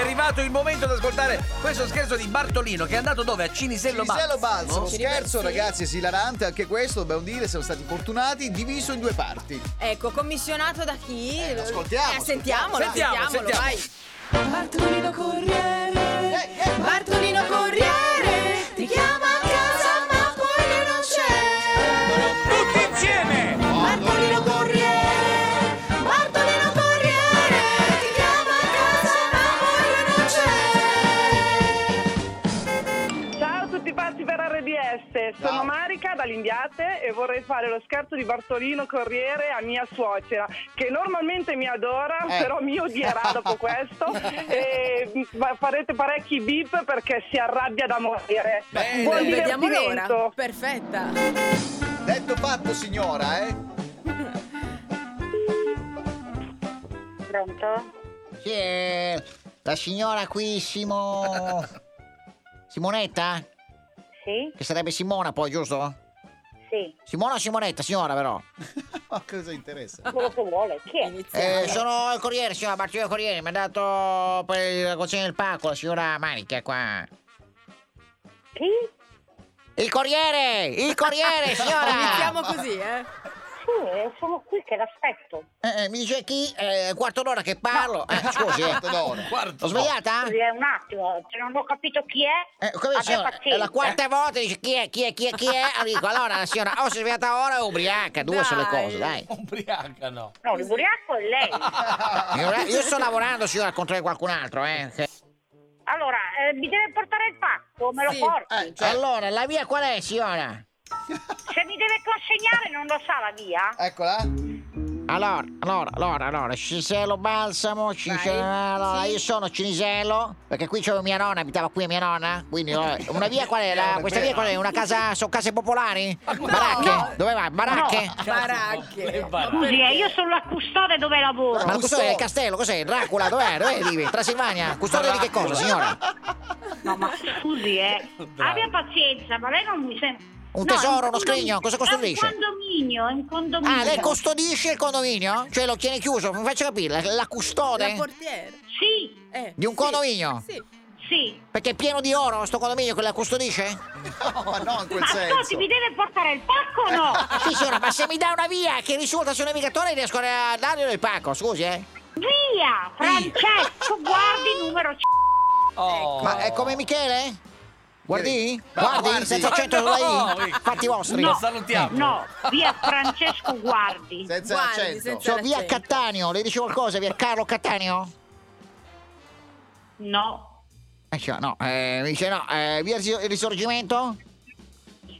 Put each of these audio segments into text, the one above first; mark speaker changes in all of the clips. Speaker 1: arrivato il momento di ascoltare questo scherzo di Bartolino che è andato dove? A Cinisello
Speaker 2: Cinisello Balsamo,
Speaker 1: Balsamo.
Speaker 2: scherzo
Speaker 3: Sì.
Speaker 2: ragazzi, esilarante anche questo, dobbiamo dire, siamo stati fortunati, diviso in due parti.
Speaker 3: Ecco, commissionato da chi?
Speaker 2: Eh, lo ascoltiamo,
Speaker 3: Eh, sentiamolo,
Speaker 1: ascoltiamo.
Speaker 3: sentiamolo,
Speaker 1: Sentiamo,
Speaker 3: vai.
Speaker 4: Bartolino Corriere,
Speaker 2: Eh, eh.
Speaker 4: Bartolino Corriere, ti chiama a casa ma poi lui non c'è.
Speaker 5: Tutti insieme!
Speaker 4: Bartolino Corriere, Bartolino Corriere, ti chiama a casa ma poi lui non c'è.
Speaker 6: Ciao a tutti pazzi per RDS, sono
Speaker 2: Ciao.
Speaker 6: Marica dall'Indiate e vorrei fare lo scherzo di Bartolino Corriere a mia suocera che normalmente mi adora
Speaker 2: Eh.
Speaker 6: però mi odierà dopo questo e ma farete parecchi beep perché si arrabbia da morire.
Speaker 2: Bene.
Speaker 6: Buon
Speaker 3: Vediamo l'ora.
Speaker 6: divertimento!
Speaker 3: Perfetta.
Speaker 7: Eh,
Speaker 2: Detto fatto signora, eh.
Speaker 7: Pronto?
Speaker 8: Sì, eh, la signora qui, Simo... Simonetta?
Speaker 7: Sì?
Speaker 8: Che sarebbe Simona poi, giusto?
Speaker 7: Sì.
Speaker 8: Simona o Simonetta, signora però?
Speaker 2: Ma Oh, cosa interessa?
Speaker 8: Ah.
Speaker 7: Quello che vuole. Chi è?
Speaker 8: Eh,
Speaker 3: Iniziamo.
Speaker 8: sono il corriere, signora, Bartolino Corriere, mi ha dato per la cucina del pacco la signora Manica qua.
Speaker 7: Chi?
Speaker 8: Il corriere! Il corriere, signora!
Speaker 3: Iniziamo così, eh.
Speaker 7: Sì, eh, sono qui che l'aspetto.
Speaker 8: Eh, eh, mi dice chi? Eh, è quarto d'ora che parlo. Eh, scusi, eh.
Speaker 2: Quarto d'ora.
Speaker 8: L'ho
Speaker 1: Quarto.
Speaker 8: sbagliata?
Speaker 7: Scusi, eh, un attimo, se non ho capito chi è.
Speaker 8: Ah. Eh, come
Speaker 7: abbia
Speaker 8: signora, è
Speaker 7: pazienza.
Speaker 8: la quarta volta dice chi è, chi è, chi è, chi è. Allora dico, allora la signora o si è svegliata ora o è ubriaca. Due sono le
Speaker 3: Dai.
Speaker 8: cose, dai.
Speaker 1: Ubriaca, no.
Speaker 7: No, l'ubriaco è lei.
Speaker 8: Io, io sto lavorando, signora, al contrario di qualcun altro, eh.
Speaker 3: Cioè,
Speaker 8: Che-
Speaker 7: Allora, eh, mi deve portare il pacco, me lo
Speaker 3: Sì.
Speaker 7: porti.
Speaker 2: Eh, cioè,
Speaker 8: Allora, la via qual è, signora?
Speaker 7: Se mi deve consegnare non lo sa la via.
Speaker 2: eccola.
Speaker 8: Allora, allora, allora, allora, Cinisello Balsamo, Cinisello, allora, io sono Cinisello, perché qui c'è mia nonna, abitava qui mia nonna, quindi eh, una via qual è? La- questa via qual è? Una casa, sono case popolari? baracche?
Speaker 3: no.
Speaker 8: Dove vai? Baracche?
Speaker 1: Le
Speaker 3: Baracche.
Speaker 1: baracche.
Speaker 7: Scusi, eh, io sono la custode dove lavoro.
Speaker 8: Ma il custode del castello, cos'è? Dracula, dov'è? Dov'è vive? Transilvania? Custode di che cosa, signora?
Speaker 7: No, ma scusi, eh. Abbia pazienza, ma lei non mi sembra.
Speaker 8: Un tesoro, uno scrigno, cosa costruisce?
Speaker 7: È un condominio, è un condominio.
Speaker 8: Ah, lei custodisce il condominio? Cioè lo tiene chiuso? Mi faccio capire, la, la
Speaker 3: La
Speaker 8: custode?
Speaker 3: portiera.
Speaker 7: Sì,
Speaker 3: Eh,
Speaker 8: Di un
Speaker 3: sì,
Speaker 8: condominio?
Speaker 3: Sì.
Speaker 7: sì.
Speaker 8: Perché è pieno di oro sto condominio che la custodisce?
Speaker 2: No, ma no in quel
Speaker 7: Ma ascolti,
Speaker 2: senso.
Speaker 7: mi deve portare il pacco o no?
Speaker 8: Sì, signora, ma se mi dà una via che risulta sul navigatore riesco a darglielo il pacco, scusi, eh?
Speaker 7: Via, Francesco, guardi numero 5.
Speaker 1: Oh.
Speaker 8: Ecco. Ma è come Michele? Guardi?
Speaker 2: Ma
Speaker 8: Guardi?
Speaker 2: guardi.
Speaker 8: Senza accento
Speaker 1: Ma
Speaker 8: sulla
Speaker 1: no! ecco.
Speaker 8: I? Fatti vostri. Eh,
Speaker 1: No. salutiamo.
Speaker 7: No, via Francesco Guardi.
Speaker 2: Senza
Speaker 3: Guardi,
Speaker 2: accento.
Speaker 3: senza-
Speaker 8: Sono via Cattaneo, le dice qualcosa, via Carlo Cattaneo?
Speaker 7: No.
Speaker 8: Eh, signora, no, eh, mi dice no, eh, via Risi- Risorgimento?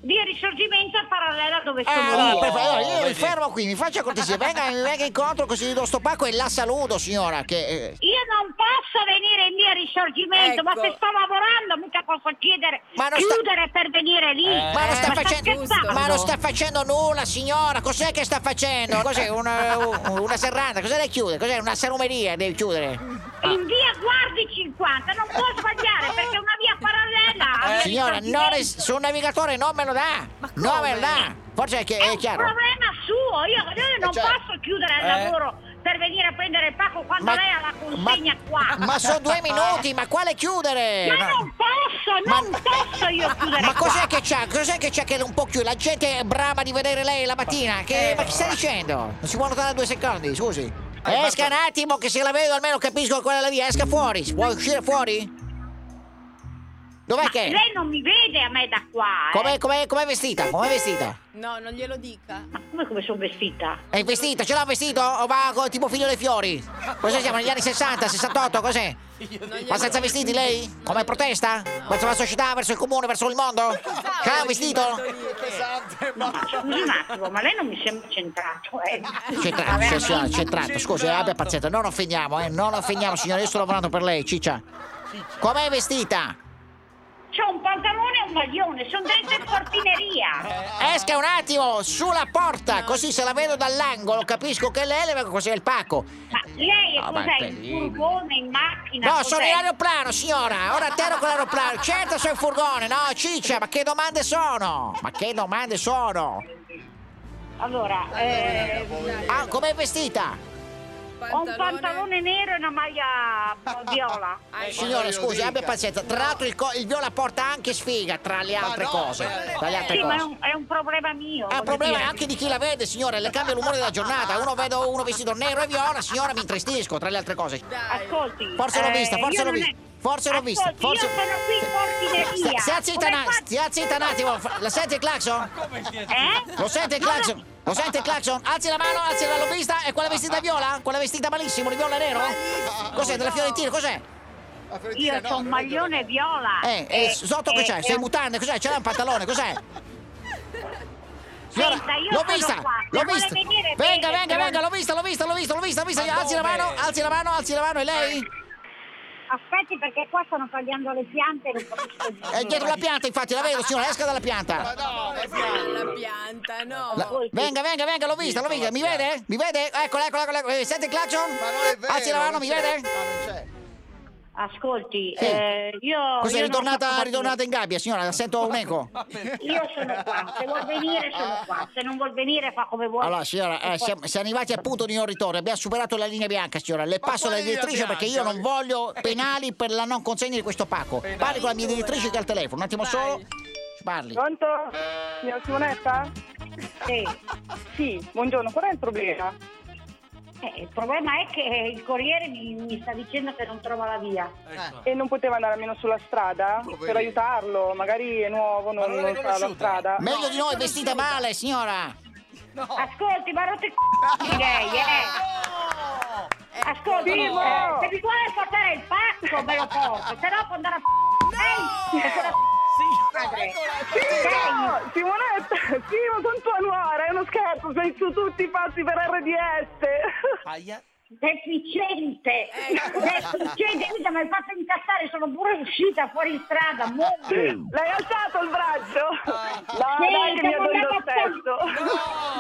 Speaker 7: Via Risorgimento è parallela dove
Speaker 8: Eh,
Speaker 7: sono
Speaker 8: allora,
Speaker 7: io.
Speaker 8: per favore, allora, io mi
Speaker 1: vedi.
Speaker 8: fermo qui, mi faccia cortesia, venga, mi venga incontro così vi do sto pacco e la saluto, signora, che... eh,
Speaker 7: Io non posso venire in via Risorgimento, ma
Speaker 3: Ecco.
Speaker 7: se sto lavorando mica posso chiedere
Speaker 8: Ma non sta-
Speaker 7: chiudere per venire lì.
Speaker 1: Eh.
Speaker 8: Ma non sta facendo
Speaker 7: scherzando?
Speaker 8: Ma non sta facendo nulla, signora. Cos'è che sta facendo? Cos'è una, una serranda? Cos'è da chiudere? Cos'è una salumeria deve chiudere?
Speaker 7: In via Guardi 50, non può sbagliare perché è una via parallela. a via
Speaker 8: Signora, non es-
Speaker 7: Risorgimento.
Speaker 8: sul navigatore non me lo dà.
Speaker 3: Ma come?
Speaker 8: Non me lo dà. Forse è, chi-
Speaker 7: È
Speaker 8: è
Speaker 7: un
Speaker 8: chiaro.
Speaker 7: Eh,
Speaker 8: Eh,
Speaker 7: problema suo, io, io non
Speaker 2: cioè-
Speaker 7: posso chiudere il
Speaker 1: Eh?
Speaker 7: lavoro per venire a prendere il pacco quando
Speaker 8: Ma-
Speaker 7: lei ha la consegna
Speaker 8: ma-
Speaker 7: qua.
Speaker 8: Ma sono due minuti, ma quale chiudere?
Speaker 7: Ma non posso, non
Speaker 8: Ma-
Speaker 7: posso io chiudere
Speaker 8: Ma
Speaker 7: qua.
Speaker 8: cos'è che c'ha? Cos'è che c'ha che non può chiudere? La gente è brava di vedere lei la mattina. Che, ma che stai dicendo? Non si può notare due secondi, scusi. Esca un attimo che se la vedo almeno capisco qual è la via. Esca fuori. Si Può uscire fuori? Dov'è che? è?
Speaker 7: Lei non mi vede a me da qua. eh.
Speaker 8: Com'è, com'è- com'è vestita? Com'è vestita?
Speaker 3: No, non glielo dica.
Speaker 7: Ma come, come sono vestita?
Speaker 8: È vestita? Ce l'ha un vestito? O va co- tipo figlio dei fiori? Cos'è siamo? Negli anni 60, 68, cos'è?
Speaker 3: Non glielo
Speaker 8: Ma senza vestiti lei? Come protesta? Verso la società, verso il comune, verso il mondo? Ce l'ha un vestito?
Speaker 2: Pesante, ma...
Speaker 7: Scusi un attimo, ma lei non mi sembra centrato, eh.
Speaker 8: C'è tratto, c'è, signora, c'è tratto. Scusi, abbia pazienza, non offendiamo, eh. Non offendiamo, signora, io sto lavorando per lei, ciccia. Com'è vestita?
Speaker 7: C'ho un pantalone e un maglione, sono dentro in
Speaker 8: Eh.
Speaker 7: portineria.
Speaker 8: Esca un attimo sulla porta, così se la vedo dall'angolo capisco che lei le così il pacco.
Speaker 7: Ma lei
Speaker 8: Ah, ma
Speaker 7: cos'è?
Speaker 8: è
Speaker 7: In
Speaker 8: terribile.
Speaker 7: furgone, in macchina?
Speaker 8: No,
Speaker 7: cos'è?
Speaker 8: sono in aeroplano, signora. Ora atterro con l'aeroplano. Certo, sono in furgone, no, ciccia, ma che domande sono? Ma che domande sono?
Speaker 7: Allora, eh,
Speaker 8: Ah, com'è vestita?
Speaker 7: Ho un pantalone nero e una maglia viola.
Speaker 3: Ah, ecco.
Speaker 8: Signora,
Speaker 2: Mario
Speaker 8: scusi,
Speaker 2: Dica.
Speaker 8: abbia pazienza. Tra l'altro il, co- il viola porta anche sfiga, tra le altre
Speaker 2: no,
Speaker 8: cose.
Speaker 2: eh,
Speaker 8: Tra le altre
Speaker 7: Sì, ma è
Speaker 8: cose.
Speaker 7: un, è un problema mio.
Speaker 8: È un
Speaker 7: voglio
Speaker 8: problema
Speaker 7: dire.
Speaker 8: anche di chi la vede, signore, le cambia l'umore della giornata. Uno vedo uno vestito nero e viola, signora, mi intristisco, tra le altre cose.
Speaker 3: Dai.
Speaker 7: Ascolti.
Speaker 8: Forse l'ho
Speaker 7: eh,
Speaker 8: vista, forse
Speaker 7: io
Speaker 8: l'ho
Speaker 7: non è-
Speaker 8: vista. Forse l'ho vista,
Speaker 7: Ascolti,
Speaker 8: forse-
Speaker 7: Io sono qui in portineria.
Speaker 8: Stia zitta,
Speaker 7: Come
Speaker 8: na-
Speaker 7: faccio-
Speaker 8: stia zitta un attimo. Fa- La sente il clacson?
Speaker 7: Eh?
Speaker 8: Lo sente il
Speaker 7: No, no.
Speaker 8: clacson? Lo sente il clacson? Alzi la mano, alzi la l'ho vista. E quella vestita viola? Quella vestita malissimo, di viola nero? Cos'è, della Fiorentina? Cos'è?
Speaker 2: La Fiorentina
Speaker 7: Io
Speaker 2: no,
Speaker 7: ho un
Speaker 2: non è viola.
Speaker 7: maglione viola.
Speaker 8: Eh, eh, sotto che
Speaker 7: eh,
Speaker 8: c'è?
Speaker 7: eh,
Speaker 8: Sei mutande? Cos'è? C'è un pantalone? Cos'è?
Speaker 7: Senta,
Speaker 8: Signora,
Speaker 7: io
Speaker 8: l'ho
Speaker 7: sono
Speaker 8: vista,
Speaker 7: qua.
Speaker 8: l'ho
Speaker 7: Se vuole
Speaker 8: vista.
Speaker 7: venire,
Speaker 8: Venga,
Speaker 7: bene,
Speaker 8: venga,
Speaker 7: però-
Speaker 8: venga, l'ho vista, l'ho vista, l'ho vista, l'ho vista, l'ho vista.
Speaker 1: Ma
Speaker 8: Alzi la
Speaker 1: dove?
Speaker 8: mano, alzi la mano, alzi la mano, e lei?
Speaker 7: Aspetti perché qua stanno tagliando le piante e non capisco niente.
Speaker 8: È dietro la pianta, infatti, la vedo, signora, esca dalla pianta.
Speaker 3: Alla pianta, no.
Speaker 8: La- venga, venga, venga, l'ho vista, l'ho vista. Mi vede? Mi vede? Eccola, eccola, eccola. eccola. Eh, Sente il clacson?
Speaker 2: Ma non è vero.
Speaker 8: Alzi Ah, la mano,
Speaker 2: non
Speaker 8: mi
Speaker 2: c'è.
Speaker 8: vede?
Speaker 2: No, non c'è.
Speaker 7: Ascolti,
Speaker 8: Sì.
Speaker 7: eh, io...
Speaker 8: Cos'è,
Speaker 7: io non so
Speaker 8: ritornata,
Speaker 7: cosa
Speaker 8: ritornata in gabbia, signora? Sento un eco.
Speaker 7: dire. Io sono qua, se vuol venire sono qua, se non vuol venire fa come vuole.
Speaker 8: Allora, signora, eh, siamo, siamo arrivati al punto di non ritorno. Abbiamo superato la linea bianca, signora. Le passo la
Speaker 1: quale linea
Speaker 8: direttrice perché io non voglio
Speaker 2: Eh.
Speaker 8: penali per la non consegna di questo pacco. Parli con la mia direttrice che ha il telefono. Un attimo
Speaker 3: Vai.
Speaker 8: solo. Ci Parli.
Speaker 6: Pronto? Signora Simonetta?
Speaker 7: Sì.
Speaker 6: Sì, buongiorno, qual è il problema?
Speaker 2: Ah.
Speaker 7: Eh, il problema è che il corriere mi, mi sta dicendo che non trova la via.
Speaker 6: E non poteva andare almeno sulla strada per aiutarlo? Magari è nuovo, non,
Speaker 1: non l'hai
Speaker 6: non sa la
Speaker 1: conosciuta?
Speaker 6: strada.
Speaker 8: Meglio di noi, vestita male, signora.
Speaker 7: Ascolti, ma rotte c***o di lei, eh! Ascolti,
Speaker 6: Sì,
Speaker 7: eh,
Speaker 6: no.
Speaker 7: se mi vuole portare il pacco me lo porto, se no può andare a f***o lei! e se la f***a madre.
Speaker 6: Sì,
Speaker 7: Lei.
Speaker 6: no, Simonetta, sì, ma con tua nuora, è uno scherzo, sei su tutti i pazzi per RDS.
Speaker 1: Aia.
Speaker 7: deficiente deficiente scusa ma hai fatto incassare sono pure uscita fuori strada mo-
Speaker 6: L'hai alzato il braccio? No,
Speaker 7: Ah. Sì,
Speaker 6: dai che mi
Speaker 7: siamo
Speaker 6: adoro lo
Speaker 7: andati a-
Speaker 6: stesso.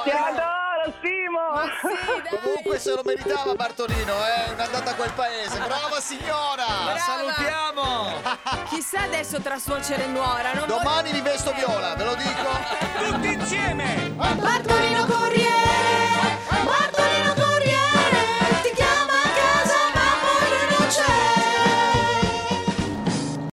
Speaker 6: Ti adoro,
Speaker 3: Ma
Speaker 6: Simo.
Speaker 3: sì, dai.
Speaker 2: Comunque se lo meritava Bartolino, eh, è andata a quel paese. Brava signora!
Speaker 1: La salutiamo!
Speaker 3: Chissà adesso tra suocera e nuora. Non
Speaker 2: Domani vi vesto viola, ve lo dico.
Speaker 1: Tutti insieme!
Speaker 4: Bartolino Corriere